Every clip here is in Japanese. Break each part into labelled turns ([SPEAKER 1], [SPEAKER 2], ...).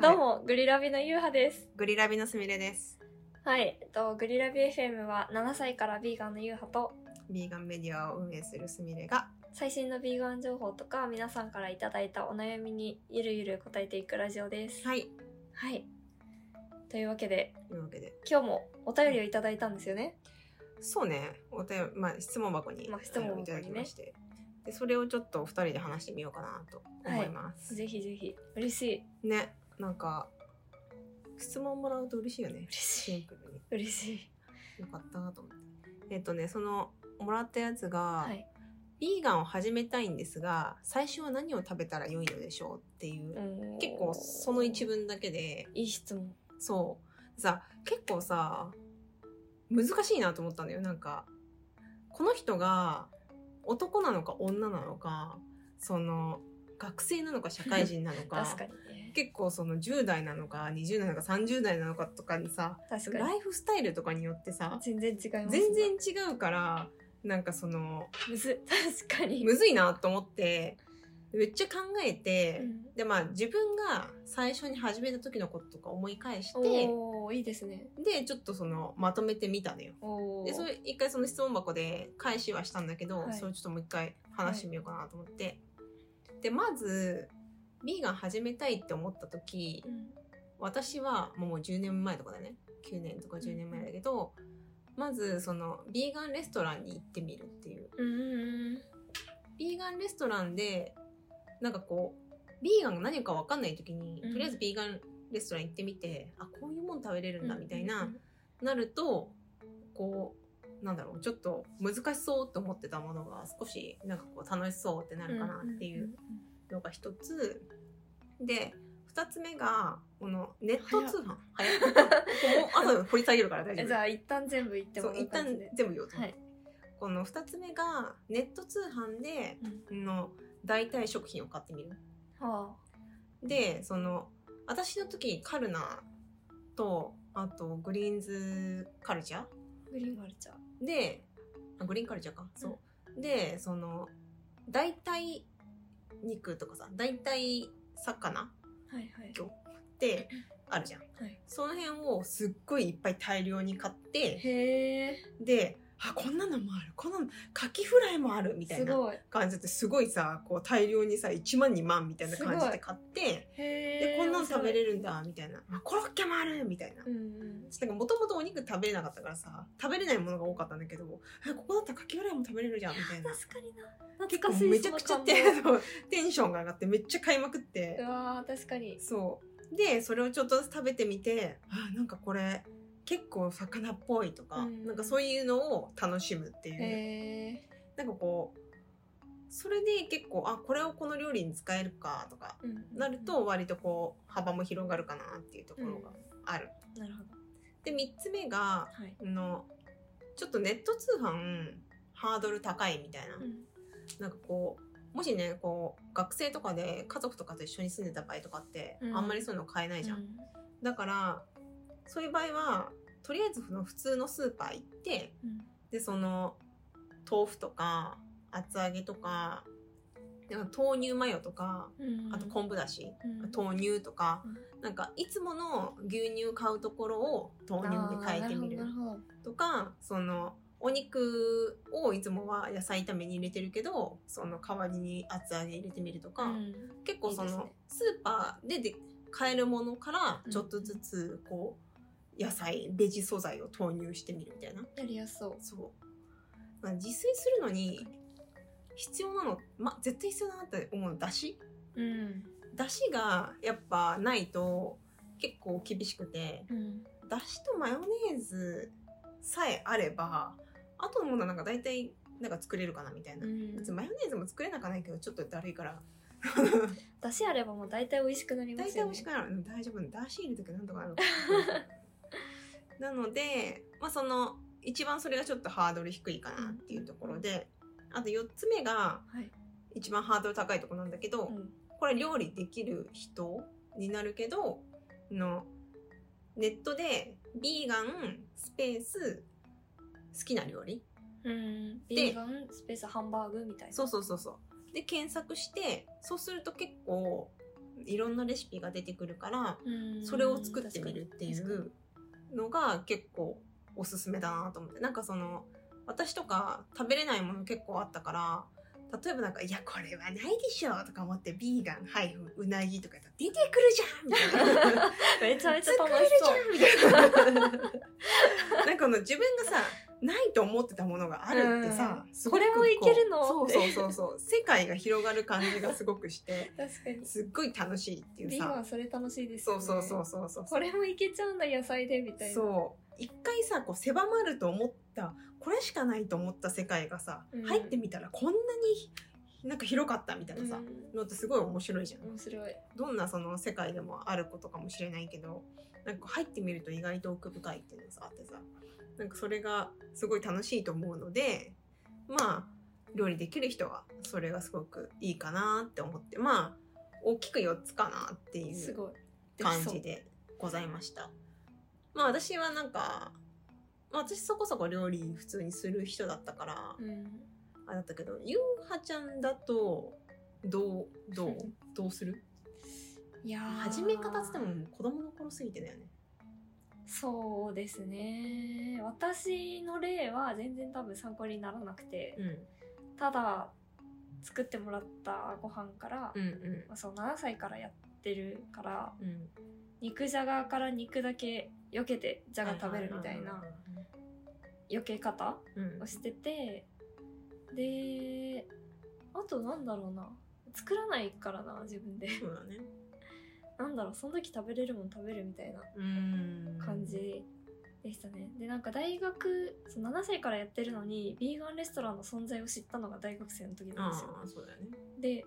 [SPEAKER 1] どうも、グリラビのゆうはです。
[SPEAKER 2] グリラビのすみれです。
[SPEAKER 1] はい、えっと、グリラビ FM は7歳からビーガンのゆうはと、
[SPEAKER 2] ビーガンメディアを運営するすみれが、
[SPEAKER 1] 最新のビーガン情報とか、皆さんからいただいたお悩みにゆるゆる答えていくラジオです。
[SPEAKER 2] はい、
[SPEAKER 1] はい。というわけで、
[SPEAKER 2] というわけで、
[SPEAKER 1] 今日もお便りをいただいたんですよね。
[SPEAKER 2] そうね、お便りまあ質問箱に、
[SPEAKER 1] まあ質問箱にね
[SPEAKER 2] いただきまして、でそれをちょっとお二人で話してみようかなと思います。
[SPEAKER 1] ぜひぜひ。嬉しい。
[SPEAKER 2] ね、なんか質問もらうと嬉しいよね。
[SPEAKER 1] 嬉
[SPEAKER 2] シ
[SPEAKER 1] し
[SPEAKER 2] ン
[SPEAKER 1] い。
[SPEAKER 2] プルに
[SPEAKER 1] 嬉しい。
[SPEAKER 2] よかったと思って。えっとね、そのもらったやつが、
[SPEAKER 1] はい。
[SPEAKER 2] ビーガンを始めたいんですが、最初は何を食べたら良いのでしょうっていう。結構その一
[SPEAKER 1] 部。
[SPEAKER 2] 文だけで
[SPEAKER 1] いい質問。
[SPEAKER 2] そうさ結構さ難しいなと思ったんだよなんかこの人が男なのか女なのかその学生なのか社会人なの か
[SPEAKER 1] 確かにね。
[SPEAKER 2] 結構その10代なのか20代なのか30代なのかとかにさ
[SPEAKER 1] 確かに。
[SPEAKER 2] ライフスタイルとかによってさ
[SPEAKER 1] 全然違います、
[SPEAKER 2] 全然。違うからなんかその
[SPEAKER 1] むずい。確かに。
[SPEAKER 2] むずいなと思ってめっちゃ考えて、
[SPEAKER 1] うん
[SPEAKER 2] でまあ自分が最初に始めた時のこととか思い返して
[SPEAKER 1] おおいいですね。
[SPEAKER 2] でちょっとそのまとめてみたのよ
[SPEAKER 1] おお。
[SPEAKER 2] でそれ一回その質問箱で返しはしたんだけど、
[SPEAKER 1] はい
[SPEAKER 2] それちょっともう一回話してみようかなと思って、でまずビーガン始めたいって思った時
[SPEAKER 1] うん
[SPEAKER 2] 私はもう10年前とかだね9年とか10年前だけど、まずそのビーガンレストランに行ってみるっていう
[SPEAKER 1] うんうんうん。
[SPEAKER 2] ビーガンレストランでなんかこうビーガンが何か分かんない時に、
[SPEAKER 1] うん
[SPEAKER 2] とりあえずビーガンレストラン行ってみてあこういうもん食べれるんだみたいな、
[SPEAKER 1] うんうん
[SPEAKER 2] なるとこうなんだろうちょっと難しそうと思ってたものが少しなんかこう楽しそうってなるかなっていうのが一つで二つ目がこのネット通販早っここも朝掘り下げるから大
[SPEAKER 1] うんうんえ
[SPEAKER 2] 丈夫
[SPEAKER 1] じゃあ一旦全部言っても
[SPEAKER 2] そう
[SPEAKER 1] らう
[SPEAKER 2] 一旦
[SPEAKER 1] 感じで。
[SPEAKER 2] 全部言おうと思
[SPEAKER 1] は
[SPEAKER 2] って、
[SPEAKER 1] い。
[SPEAKER 2] この二つ目がネット通販での代替食品を買ってみる
[SPEAKER 1] は
[SPEAKER 2] でその私の時カルナとあとグリーンズカルチャー
[SPEAKER 1] あグリーンガルチャー。
[SPEAKER 2] であグリーンカルチャーかそう、でその代替肉とかさ代替魚
[SPEAKER 1] はいはい。
[SPEAKER 2] ってあるじゃん、
[SPEAKER 1] はい
[SPEAKER 2] その辺をすっごいいっぱい大量に買って
[SPEAKER 1] へえ。
[SPEAKER 2] であこんなのもあるこんなのカキフライもあるみたい
[SPEAKER 1] す
[SPEAKER 2] な
[SPEAKER 1] ごい。
[SPEAKER 2] 感じですごいさこう大量にさ1万2万みたいな感じ
[SPEAKER 1] すご
[SPEAKER 2] で
[SPEAKER 1] い
[SPEAKER 2] 買って
[SPEAKER 1] へえ。
[SPEAKER 2] でこんなの食べ
[SPEAKER 1] る。
[SPEAKER 2] れるんだみたいなあコロッケもあるみたいな
[SPEAKER 1] うんうん。
[SPEAKER 2] なんかもともとお肉食べれなかったからさ食べれないものが多かったんだけどあここだったらカキフライも食べれるじゃんみたいな
[SPEAKER 1] 確かにな。
[SPEAKER 2] 結
[SPEAKER 1] 懐
[SPEAKER 2] 構
[SPEAKER 1] かしい。
[SPEAKER 2] めちゃくちゃ
[SPEAKER 1] その
[SPEAKER 2] テ
[SPEAKER 1] 感動
[SPEAKER 2] テンションが上がってめっちゃ買いまくって
[SPEAKER 1] うわー確かに。
[SPEAKER 2] そうでそれをちょっとずつ食べてみてあなんかこれ結構魚っぽいとか、
[SPEAKER 1] うん
[SPEAKER 2] なんかそういうのを楽しむっていう
[SPEAKER 1] へえ。
[SPEAKER 2] なんかこうそれで結構あこれをこの料理に使えるかとか
[SPEAKER 1] うんうん
[SPEAKER 2] なる。と割とこう幅も広がるかなっていうとこ
[SPEAKER 1] うん
[SPEAKER 2] ろがある。
[SPEAKER 1] なるほど。
[SPEAKER 2] で3つ目が
[SPEAKER 1] はい。
[SPEAKER 2] あのちょっとネット通販ハードル高いみたいな、
[SPEAKER 1] うん
[SPEAKER 2] なんかこうもしねこう学生とかで家族とかと一緒に住んでた場合とかって、
[SPEAKER 1] うん
[SPEAKER 2] あんまりそういうの買えないじゃん、
[SPEAKER 1] うん
[SPEAKER 2] だからそういう場合はとりあえずその普通のスーパー行って
[SPEAKER 1] うん
[SPEAKER 2] でその豆腐とか厚揚げとかなんか豆乳マヨとか
[SPEAKER 1] うん。
[SPEAKER 2] あと昆布だし、
[SPEAKER 1] うん
[SPEAKER 2] 豆乳とか
[SPEAKER 1] うん
[SPEAKER 2] なんかいつもの牛乳買うところを豆乳で変えてみる
[SPEAKER 1] あーなるほどなるほど。
[SPEAKER 2] とかそのお肉をいつもは野菜炒めに入れてるけどその代わりに厚揚げ入れてみるとか、
[SPEAKER 1] うん
[SPEAKER 2] 結構その
[SPEAKER 1] いいですね
[SPEAKER 2] スーパーでで買えるものからちょっとずつこう野菜ベジ素材を投入してみるみたいな
[SPEAKER 1] やりやすそう。
[SPEAKER 2] そう、まあ、自炊するのに必要なの、まあ、絶対必要だなって思うのだし
[SPEAKER 1] うん。
[SPEAKER 2] だしがやっぱないと結構厳しくて
[SPEAKER 1] うん。
[SPEAKER 2] だしとマヨネーズさえあればあとのものはなんか大体なんか作れるかなみたいな、
[SPEAKER 1] うん
[SPEAKER 2] 別にマヨネーズも作れなくはないけどちょっとだるいから
[SPEAKER 1] 出汁あればもう大体美味しくなりま
[SPEAKER 2] 大
[SPEAKER 1] す
[SPEAKER 2] 体
[SPEAKER 1] よ
[SPEAKER 2] 美
[SPEAKER 1] ね。
[SPEAKER 2] 味しくなる、うん大丈夫だし入れときゃなんとかな るなのでまあその一番それがちょっとハードル低いかなっていうところであと4つ目が
[SPEAKER 1] はい。
[SPEAKER 2] 一番ハードル高いところなんだけど、
[SPEAKER 1] うん。
[SPEAKER 2] これ料理できる人になるけどのネットでビーガンスペース好きな料理
[SPEAKER 1] うん。ビーガンスペースハンバーグみたいな。
[SPEAKER 2] そうそうそうそうで検索してそうすると結構いろんなレシピが出てくるから
[SPEAKER 1] うん
[SPEAKER 2] それを作ってみるってい
[SPEAKER 1] 確かに
[SPEAKER 2] うのが結構おすすめだなと思ってなんかその私とか食べれないもの結構あったから例えばなんか「いやこれはないでしょ」とか思って「ビーガンはいうなぎ」とか言ったら「出てくるじゃん!」みた いな。
[SPEAKER 1] めちゃめちゃ楽しそう
[SPEAKER 2] 作れるじゃんみたいな なんかあの自分がさないと思ってたものがあるってさ、すごく
[SPEAKER 1] これもいけるの
[SPEAKER 2] こうそうそうそうそう世界が広がる感じがすごくして
[SPEAKER 1] 確かに
[SPEAKER 2] すっごい楽しいっていう
[SPEAKER 1] ビーガ
[SPEAKER 2] さ
[SPEAKER 1] ンそれ楽しいです
[SPEAKER 2] そ
[SPEAKER 1] よ
[SPEAKER 2] う
[SPEAKER 1] ね
[SPEAKER 2] そうそうそうそう
[SPEAKER 1] これもいけちゃうんだ野菜でみたいな
[SPEAKER 2] そう一回さこう狭まると思ったこれしかないと思った世界がさ、
[SPEAKER 1] うん
[SPEAKER 2] 入ってみたらこんなになんか広かったみたいなさ、
[SPEAKER 1] ん
[SPEAKER 2] のってすごい面白いじゃん
[SPEAKER 1] 面白い
[SPEAKER 2] どんなその世界でもあることかもしれないけどなんか入ってみると意外と奥深いっていうのがあってさなんかそれがすごい楽しいと思うのでまあ料理できる人はそれがすごくいいかなって思ってまあ大きく4つかなってい
[SPEAKER 1] す
[SPEAKER 2] う
[SPEAKER 1] ごいき
[SPEAKER 2] 感
[SPEAKER 1] そう
[SPEAKER 2] じでございました。まあ私はなんか、まあ、私そこそこ料理普通にする人だったから、
[SPEAKER 1] うん
[SPEAKER 2] あれだったけどゆうはちゃんだとどうど うどうする
[SPEAKER 1] いやー
[SPEAKER 2] 始め方っつっても子供の頃すぎてだよね。
[SPEAKER 1] そうですね私の例は全然多分参考にならなくて、
[SPEAKER 2] ん
[SPEAKER 1] ただ作ってもらったご飯から、
[SPEAKER 2] うん
[SPEAKER 1] まあ、そう7歳からやってるから
[SPEAKER 2] うんうん。
[SPEAKER 1] 肉じゃがから肉だけ避けてじゃが食べるみたいな避け方
[SPEAKER 2] うん。
[SPEAKER 1] をしててであとなんだろうな作らないからな自分で
[SPEAKER 2] そうだね。
[SPEAKER 1] なんだろうその時食べれるもん食べるみたいな
[SPEAKER 2] うん。
[SPEAKER 1] 感。じでしたね、でなんか大学その7歳からやってるのにビーガンレストランの存在を知ったのが大学生の時なんですよ
[SPEAKER 2] ああそうだよね。
[SPEAKER 1] で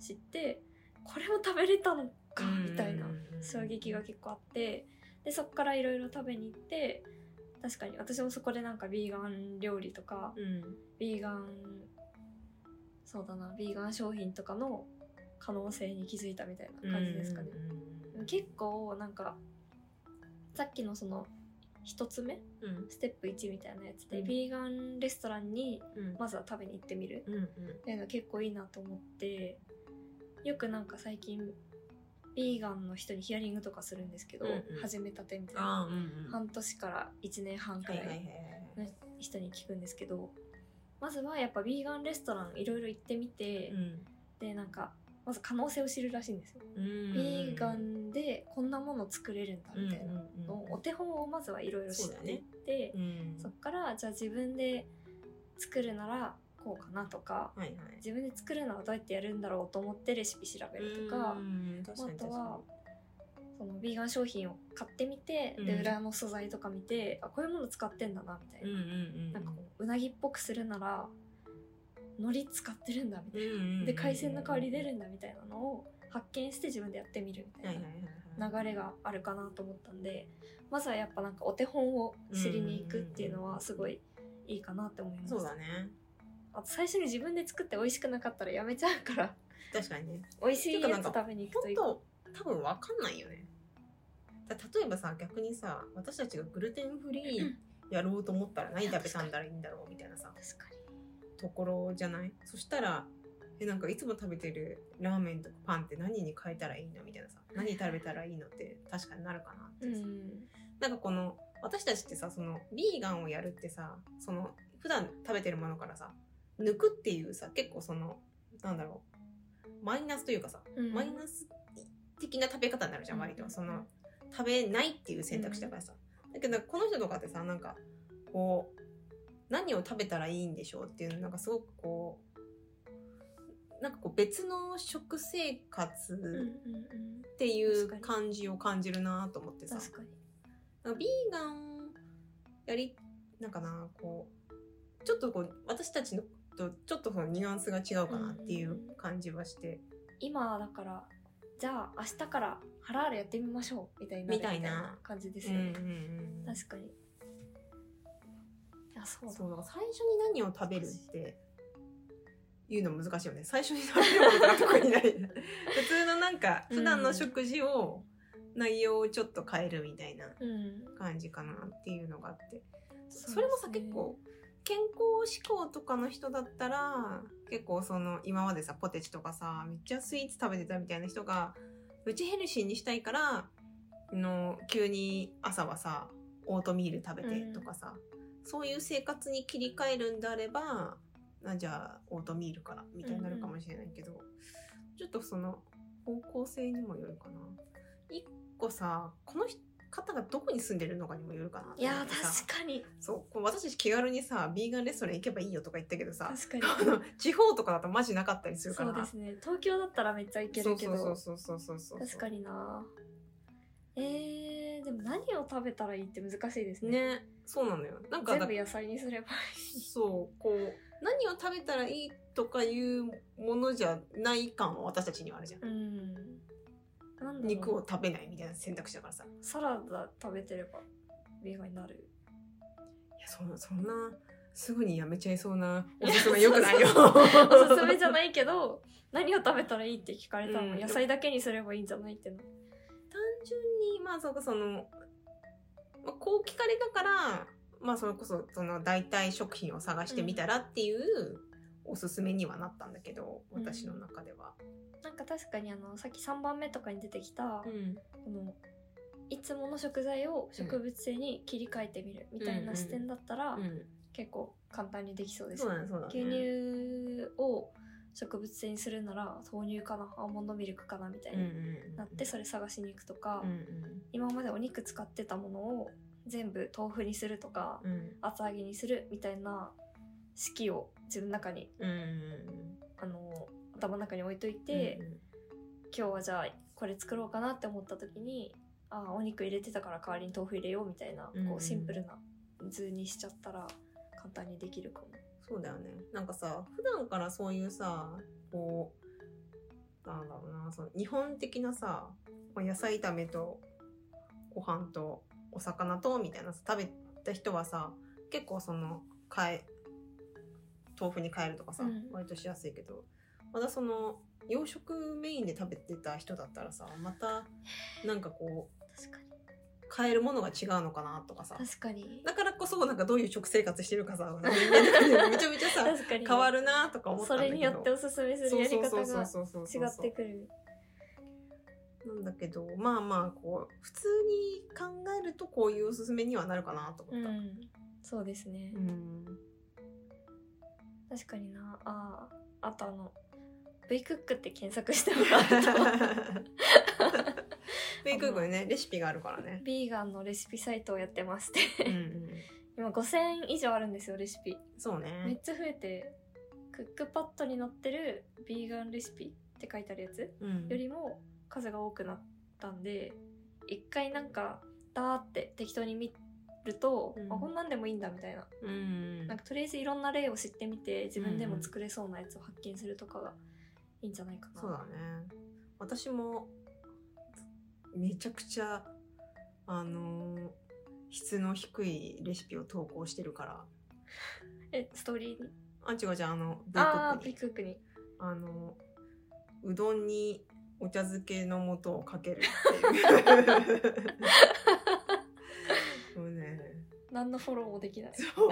[SPEAKER 1] 知ってこれも食べれたのか
[SPEAKER 2] うん
[SPEAKER 1] みたいな
[SPEAKER 2] うんうんうん
[SPEAKER 1] 衝撃が結構あってでそっからいろいろ食べに行って確かに私もそこでなんかビーガン料理とか
[SPEAKER 2] うん。
[SPEAKER 1] ビーガンそうだなビーガン商品とかの可能性に気づいたみたいな感じですかね。
[SPEAKER 2] うん。
[SPEAKER 1] 結構なんかさっきのその1つ目
[SPEAKER 2] うん
[SPEAKER 1] ステップ1みたいなやつで、
[SPEAKER 2] うん
[SPEAKER 1] ビーガンレストランに
[SPEAKER 2] うん。
[SPEAKER 1] まずは食べに行ってみる
[SPEAKER 2] うんうん。
[SPEAKER 1] っていうの結構いいなと思ってよくなんか最近ビーガンの人にヒアリングとかするんですけど、
[SPEAKER 2] うんうん
[SPEAKER 1] 始めたてみたいな
[SPEAKER 2] ああうんうん。
[SPEAKER 1] 半年から1年半く
[SPEAKER 2] はい
[SPEAKER 1] ら
[SPEAKER 2] はいは
[SPEAKER 1] いの
[SPEAKER 2] い
[SPEAKER 1] 人に聞くんですけど、まずはやっぱビーガンレストランいろいろ行ってみて、
[SPEAKER 2] はい。ん。
[SPEAKER 1] でなんかまず可能性を知るらしいんですよ。
[SPEAKER 2] うん
[SPEAKER 1] ビーガンでこんなもの作れるんだみたいなのをお手本をまずはいろいろ知っていって、
[SPEAKER 2] うんうん
[SPEAKER 1] そっからじゃあ自分で作るならこうかなとか、
[SPEAKER 2] はいはい
[SPEAKER 1] 自分で作るのはどうやってやるんだろうと思ってレシピ調べるとか
[SPEAKER 2] うん確かに
[SPEAKER 1] あと
[SPEAKER 2] 確
[SPEAKER 1] は
[SPEAKER 2] か
[SPEAKER 1] そのビーガン商品を買ってみて、で
[SPEAKER 2] うん
[SPEAKER 1] 裏の素材とか見てあこういうもの使ってんだなみたい
[SPEAKER 2] にう
[SPEAKER 1] な,、
[SPEAKER 2] んうん
[SPEAKER 1] なんかこううなぎっぽくするなら海苔使ってるんだみた
[SPEAKER 2] う
[SPEAKER 1] い
[SPEAKER 2] ん
[SPEAKER 1] な、
[SPEAKER 2] うんうんうん
[SPEAKER 1] で海鮮の香り出るんだみたいなのを発見して自分でやってみるみた
[SPEAKER 2] はい
[SPEAKER 1] い
[SPEAKER 2] はい
[SPEAKER 1] な
[SPEAKER 2] はいはい
[SPEAKER 1] 流れがあるかなと思ったんでまずはやっぱなんかお手本を知りに行くっていうのはすごいいいかなって思います
[SPEAKER 2] そうだね
[SPEAKER 1] あと最初に自分で作って美味しくなかったらやめちゃうから
[SPEAKER 2] 確かにね
[SPEAKER 1] 美味しいやつ食べに行くとい
[SPEAKER 2] 本
[SPEAKER 1] いかも
[SPEAKER 2] 当多分わかんないよねだ例えばさ逆にさ私たちがグルテンフリーやろうと思ったら何食べたんだらいいんだろうみたいなさ
[SPEAKER 1] 確か
[SPEAKER 2] ところじゃないそしたらえなんかいつも食べてるラーメンとかパンって何に変えたらいいのみたいなさ何食べたらいいのって確かになるかなって
[SPEAKER 1] に
[SPEAKER 2] さ、
[SPEAKER 1] ん
[SPEAKER 2] なんかこの私たちってさそのビーガンをやるってさその普段食べてるものからさ抜くっていうさ結構そのなんだろうマイナスというかさ、
[SPEAKER 1] うん
[SPEAKER 2] マイナス的な食べ方になるじゃん割と、
[SPEAKER 1] うん
[SPEAKER 2] その食べないっていう選択肢だからさ、だけどなんかこの人とかってさなんかこう何を食べたらいいんでしょうっていうのなんかすごくこうなんかこう別の食生
[SPEAKER 1] うんうん
[SPEAKER 2] 活
[SPEAKER 1] うん
[SPEAKER 2] っていう
[SPEAKER 1] 確か
[SPEAKER 2] 感じを感じるなと思ってさ、
[SPEAKER 1] 確かに
[SPEAKER 2] なんかビーガンやりなんかなこうちょっとこう私たちのとちょっとそのニュアンスが違うかなっていう感じはして、
[SPEAKER 1] 今だからじゃあ明日からハラールやってみましょうみたいになる
[SPEAKER 2] みたいな
[SPEAKER 1] 感じで
[SPEAKER 2] う
[SPEAKER 1] す
[SPEAKER 2] ん
[SPEAKER 1] よ
[SPEAKER 2] う
[SPEAKER 1] ね、
[SPEAKER 2] んうん
[SPEAKER 1] 確かにあそうだ
[SPEAKER 2] そうだから最初に何を食べるっていうの難しいよね最初に食べるものが特にない普通のなんか普段の食事を内容をちょっと変えるみたいな
[SPEAKER 1] うん
[SPEAKER 2] 感じかなっていうのがあって
[SPEAKER 1] そ
[SPEAKER 2] そ,、
[SPEAKER 1] うですね
[SPEAKER 2] れもさ結構健康志向とかの人だったら結構その今までさポテチとかさめっちゃスイーツ食べてたみたいな人がうちヘルシーにしたいからあの急に朝はさオートミール食べてとかさ、そういう生活に切り替えるんであればなじゃあオートミールからみたいになるかもしれないけど、ちょっとその方向性にもよるかな。一個さこの人方がどこに住んでるのかにもよるかなと思って
[SPEAKER 1] いや
[SPEAKER 2] さ
[SPEAKER 1] ー確かに
[SPEAKER 2] そうこう私たち気軽にさビーガンレストラン行けばいいよとか言ったけどさ
[SPEAKER 1] 確かに
[SPEAKER 2] あの 地方とかだとマジなかったりするか
[SPEAKER 1] そうで
[SPEAKER 2] ら
[SPEAKER 1] すね東京だったらめっちゃいけるけど
[SPEAKER 2] そうそうそうそうそうそう
[SPEAKER 1] 確かになえー、でも何を食べたらいいって難しいですね
[SPEAKER 2] ねそうなのよなんか
[SPEAKER 1] 全
[SPEAKER 2] だ
[SPEAKER 1] 部野菜にすれば
[SPEAKER 2] そうこう何を食べたらいいとかいうものじゃない感は私たちにはあるじゃん
[SPEAKER 1] うんなんだろう
[SPEAKER 2] 肉を食べないみたいな選択肢だからさ
[SPEAKER 1] サラダ食べてればビーガンになる
[SPEAKER 2] いやそんそんなすぐにやめちゃいそうなおすすめよくないよ
[SPEAKER 1] おすすめじゃないけど 何を食べたらいいって聞かれたの、
[SPEAKER 2] うん
[SPEAKER 1] 野菜だけにすればいいんじゃないっての
[SPEAKER 2] 単純にまあそうかその、まあ、こう聞かれたからまあそれこそその代替食品を探してみたらっていうおすすめにはなったんだけど、
[SPEAKER 1] うん
[SPEAKER 2] 私の中では。
[SPEAKER 1] なんか確かにあのさっき3番目とかに出てきた、
[SPEAKER 2] ん
[SPEAKER 1] このいつもの食材を植物性に切り替えてみるみたいな視点だったら、結構簡単にできそうです
[SPEAKER 2] そう
[SPEAKER 1] よ
[SPEAKER 2] だねそうだね。
[SPEAKER 1] 牛乳を植物性にするなら豆乳かなアーモンドミルクかなみたい
[SPEAKER 2] うんう
[SPEAKER 1] に
[SPEAKER 2] ん
[SPEAKER 1] なってそれ探しに行くとか、
[SPEAKER 2] うんうん
[SPEAKER 1] 今までお肉使ってたものを全部豆腐にするとか
[SPEAKER 2] うん
[SPEAKER 1] 厚揚げにするみたいな式を自分の中に
[SPEAKER 2] うんうん
[SPEAKER 1] あの頭の中に置いといて、今日はじゃあこれ作ろうかなって思った時にああお肉入れてたから代わりに豆腐入れようみたいな、
[SPEAKER 2] うん
[SPEAKER 1] こうシンプルな図にしちゃったら簡単にできるかも。
[SPEAKER 2] そうだよね。なんかさ普段からそういうさこうなんだろうなその日本的なさこう野菜炒めとご飯とお魚とみたいなさ食べた人はさ結構その変え豆腐に変えるとかさ、
[SPEAKER 1] うん
[SPEAKER 2] 割としやすいけどまたその洋食メインで食べてた人だったらさまたなんかこう
[SPEAKER 1] 確かに
[SPEAKER 2] 変えるものが違うのかなとかさ
[SPEAKER 1] 確かに
[SPEAKER 2] だからこそなんかどういう食生活してるかさ人間の中でもめちゃめちゃさ
[SPEAKER 1] 確かに
[SPEAKER 2] 変わるなとか思った
[SPEAKER 1] そ
[SPEAKER 2] んだ
[SPEAKER 1] れ
[SPEAKER 2] けど
[SPEAKER 1] によっておすすめするやり方が
[SPEAKER 2] そうそうそう
[SPEAKER 1] 違
[SPEAKER 2] そう
[SPEAKER 1] ってくる
[SPEAKER 2] なんだけどまあまあこう普通に考えるとこういうおすすめにはなるかなと思
[SPEAKER 1] う
[SPEAKER 2] った、
[SPEAKER 1] んそうですね、
[SPEAKER 2] うん
[SPEAKER 1] 確かになあーあとあの V クックって検索してもらう と
[SPEAKER 2] フェイクーグルねレシピがあるからね
[SPEAKER 1] ビーガンのレシピサイトをやってまして
[SPEAKER 2] うんうん
[SPEAKER 1] 今5000以上あるんですよレシピ
[SPEAKER 2] そう
[SPEAKER 1] めっ
[SPEAKER 2] ね
[SPEAKER 1] ちゃ増えてクックパッドに載ってるビーガンレシピって書いてあるやつ
[SPEAKER 2] うん
[SPEAKER 1] よりも数が多くなったんで一回なんかダーって適当に見ると、
[SPEAKER 2] うん
[SPEAKER 1] あこんなんでもいいんだみたいな
[SPEAKER 2] うん
[SPEAKER 1] なんかとりあえずいろんな例を知ってみて自分でも作れそうなやつを発見するとかがいいんじゃないかな。
[SPEAKER 2] そうだね私もめちゃくちゃあのー質の低いレシピを投稿してるから
[SPEAKER 1] えストーリーに
[SPEAKER 2] あ違う違うあのブ
[SPEAKER 1] あ
[SPEAKER 2] ッ
[SPEAKER 1] あ
[SPEAKER 2] ク
[SPEAKER 1] ピ
[SPEAKER 2] に
[SPEAKER 1] クックに
[SPEAKER 2] あのうどんにお茶漬けの素をかけるって いうもうね
[SPEAKER 1] 何のフォローもできない。
[SPEAKER 2] そう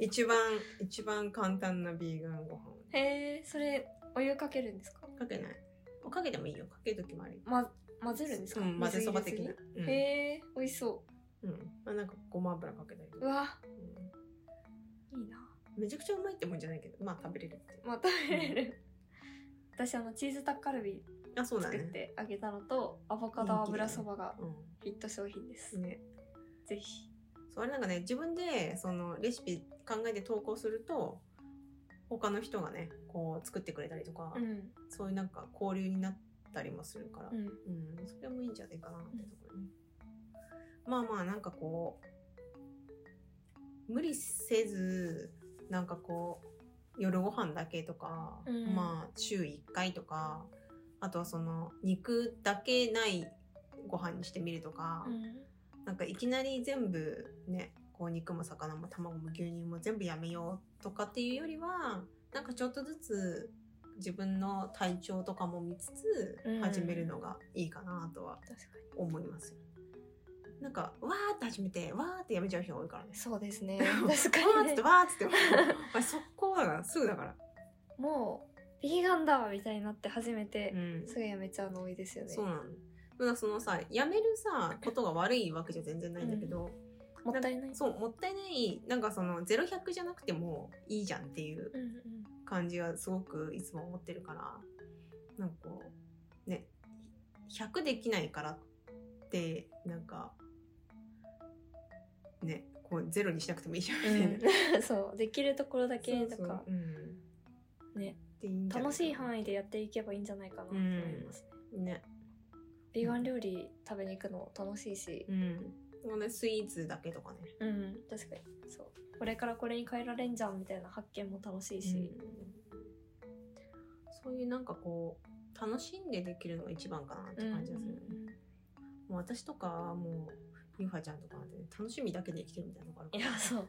[SPEAKER 2] 一番一番簡単なビーガンご飯をね
[SPEAKER 1] へえそれお湯かけるんですか
[SPEAKER 2] かけないかけてもいいよかける時もあるよ
[SPEAKER 1] ま混ぜるんですか、
[SPEAKER 2] うん混ぜそば的
[SPEAKER 1] 水
[SPEAKER 2] な
[SPEAKER 1] 入、
[SPEAKER 2] うん
[SPEAKER 1] れずにへえ美味しそ
[SPEAKER 2] うんまあ、なんかごま油かけたりと
[SPEAKER 1] うう
[SPEAKER 2] か、
[SPEAKER 1] わ
[SPEAKER 2] うん
[SPEAKER 1] いいな
[SPEAKER 2] めちゃくちゃうまいってもんじゃないけどまあ食べれるっていう、
[SPEAKER 1] まあ食べれる私あのチーズタッカルビ
[SPEAKER 2] あそうだ
[SPEAKER 1] 作っ
[SPEAKER 2] ね
[SPEAKER 1] てあげたのと、アボカド油そばが
[SPEAKER 2] う
[SPEAKER 1] ヒット商品です、
[SPEAKER 2] んね
[SPEAKER 1] ぜひ
[SPEAKER 2] そうあれなんかね自分でそのレシピ考えて投稿すると他の人がねこう作ってくれたりとか、
[SPEAKER 1] うん
[SPEAKER 2] そういうなんか交流になったりもするから、う
[SPEAKER 1] うんん
[SPEAKER 2] それもいいんじゃないかなってところね、まあまあなんかこう無理せずなんかこう夜ご飯だけとか、
[SPEAKER 1] うん
[SPEAKER 2] まあ週1回とかあとはその肉だけないご飯にしてみるとか、
[SPEAKER 1] うん
[SPEAKER 2] なんかいきなり全部ねこう肉も魚も卵も牛乳も全部やめようとかっていうよりはなんかちょっとずつ自分の体調とかも見つつ
[SPEAKER 1] うん
[SPEAKER 2] 始めるのがいいかなとは
[SPEAKER 1] 確か
[SPEAKER 2] 思いますよ。なんかわーって始めてわーってやめちゃう人が多 いからね
[SPEAKER 1] に。そうですね
[SPEAKER 2] わ
[SPEAKER 1] 確
[SPEAKER 2] ー
[SPEAKER 1] か
[SPEAKER 2] っ
[SPEAKER 1] に、
[SPEAKER 2] つって
[SPEAKER 1] ね、
[SPEAKER 2] わーっつってあれ速攻だからすぐだから。
[SPEAKER 1] もうヴィーガンだみたいになって初めて
[SPEAKER 2] う、ん
[SPEAKER 1] すぐやめちゃうの多いですよね
[SPEAKER 2] そうなのだからそのさやめるさことが悪いわけじゃ全然ないんだけど、
[SPEAKER 1] もったいない
[SPEAKER 2] そうもったいないなんかその0100じゃなくてもいいじゃんっていう
[SPEAKER 1] うんうん
[SPEAKER 2] 感じがすごくいつも思ってるからなんかこうね100できないからってなんかねこうゼロにしなくてもいいじゃんみたい
[SPEAKER 1] う
[SPEAKER 2] な。
[SPEAKER 1] ん そうできるところだけと
[SPEAKER 2] そうそう
[SPEAKER 1] か
[SPEAKER 2] うん
[SPEAKER 1] ね
[SPEAKER 2] でいいんじゃな
[SPEAKER 1] 楽しい
[SPEAKER 2] 囲
[SPEAKER 1] 範囲でやっていけばいいんじゃないかなと思いますね、
[SPEAKER 2] ね
[SPEAKER 1] ヴィーガン料理食べに行くの楽しいし
[SPEAKER 2] うんもうねスイーツだけとかね
[SPEAKER 1] うん、確かにそうこれからこれに変えられんじゃんみたいな発見も楽しいし、
[SPEAKER 2] そういうなんかこう楽しんでできるのが一番かなって感じがするよね、もう私とかはもうゆうはちゃんとかなんてね楽しみだけで生きてるみたいなのがあるか
[SPEAKER 1] い
[SPEAKER 2] ら
[SPEAKER 1] やそう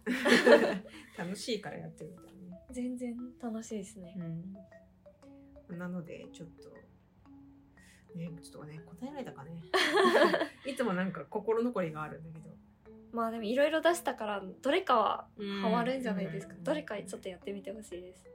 [SPEAKER 2] 楽しいからやってるみたいなね
[SPEAKER 1] 全然楽しいですね、
[SPEAKER 2] なのでちょっとねちょっとね答えられ たかねいつもなんか心残りがあるんだけど、
[SPEAKER 1] まあでもいろいろ出したからどれかはハマるんじゃないですか、
[SPEAKER 2] うん
[SPEAKER 1] どれかちょっとやってみてほしいです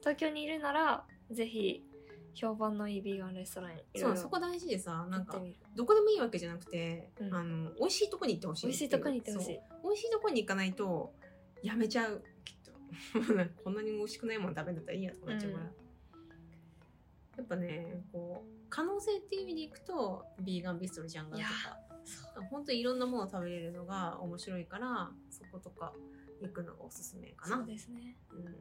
[SPEAKER 1] 東京にいるならぜひ評判のいいビーガンレストランにい
[SPEAKER 2] そ
[SPEAKER 1] ろ
[SPEAKER 2] う
[SPEAKER 1] い
[SPEAKER 2] そ
[SPEAKER 1] ろ
[SPEAKER 2] こ大事でさ
[SPEAKER 1] 行
[SPEAKER 2] なん
[SPEAKER 1] って
[SPEAKER 2] か
[SPEAKER 1] みる
[SPEAKER 2] どこでもいいわけじゃなくて、
[SPEAKER 1] うん
[SPEAKER 2] あの美味しいとこに行ってほしい
[SPEAKER 1] 美味しいとこに行ってほし
[SPEAKER 2] そう
[SPEAKER 1] い
[SPEAKER 2] 美味しいとこに行かないとやめちゃうきっと こんなに美味しくないもの食べんだったらいいやとかなっちゃうから、
[SPEAKER 1] うん
[SPEAKER 2] やっぱねこう可能性っていう意味でいくとビーガンビストロジャンガーと
[SPEAKER 1] いや
[SPEAKER 2] か本当にいろんなもの食べれるのが面白いからそことか行くのがおすすめかな
[SPEAKER 1] そうですね
[SPEAKER 2] うん、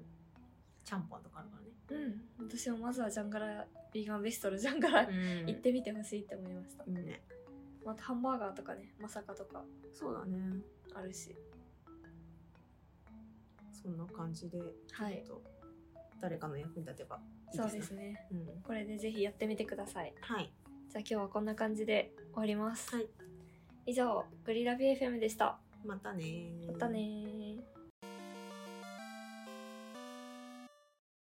[SPEAKER 2] ちゃんぽんとかあるからね
[SPEAKER 1] うん私もまずはジャンガラビーガンベストルジャンガラ、行ってみてほしいって思いました
[SPEAKER 2] いいね
[SPEAKER 1] またハンバーガーとかねまさかとか
[SPEAKER 2] そうだね
[SPEAKER 1] あるし
[SPEAKER 2] そんな感じで
[SPEAKER 1] はい
[SPEAKER 2] ちょっと誰かの役に立てばいい
[SPEAKER 1] そうですね
[SPEAKER 2] うん、
[SPEAKER 1] これでぜひやってみてください
[SPEAKER 2] はい
[SPEAKER 1] じゃあ今日はこんな感じで終わります、
[SPEAKER 2] はい
[SPEAKER 1] 以上グリラビ FM でした
[SPEAKER 2] またねー
[SPEAKER 1] またねー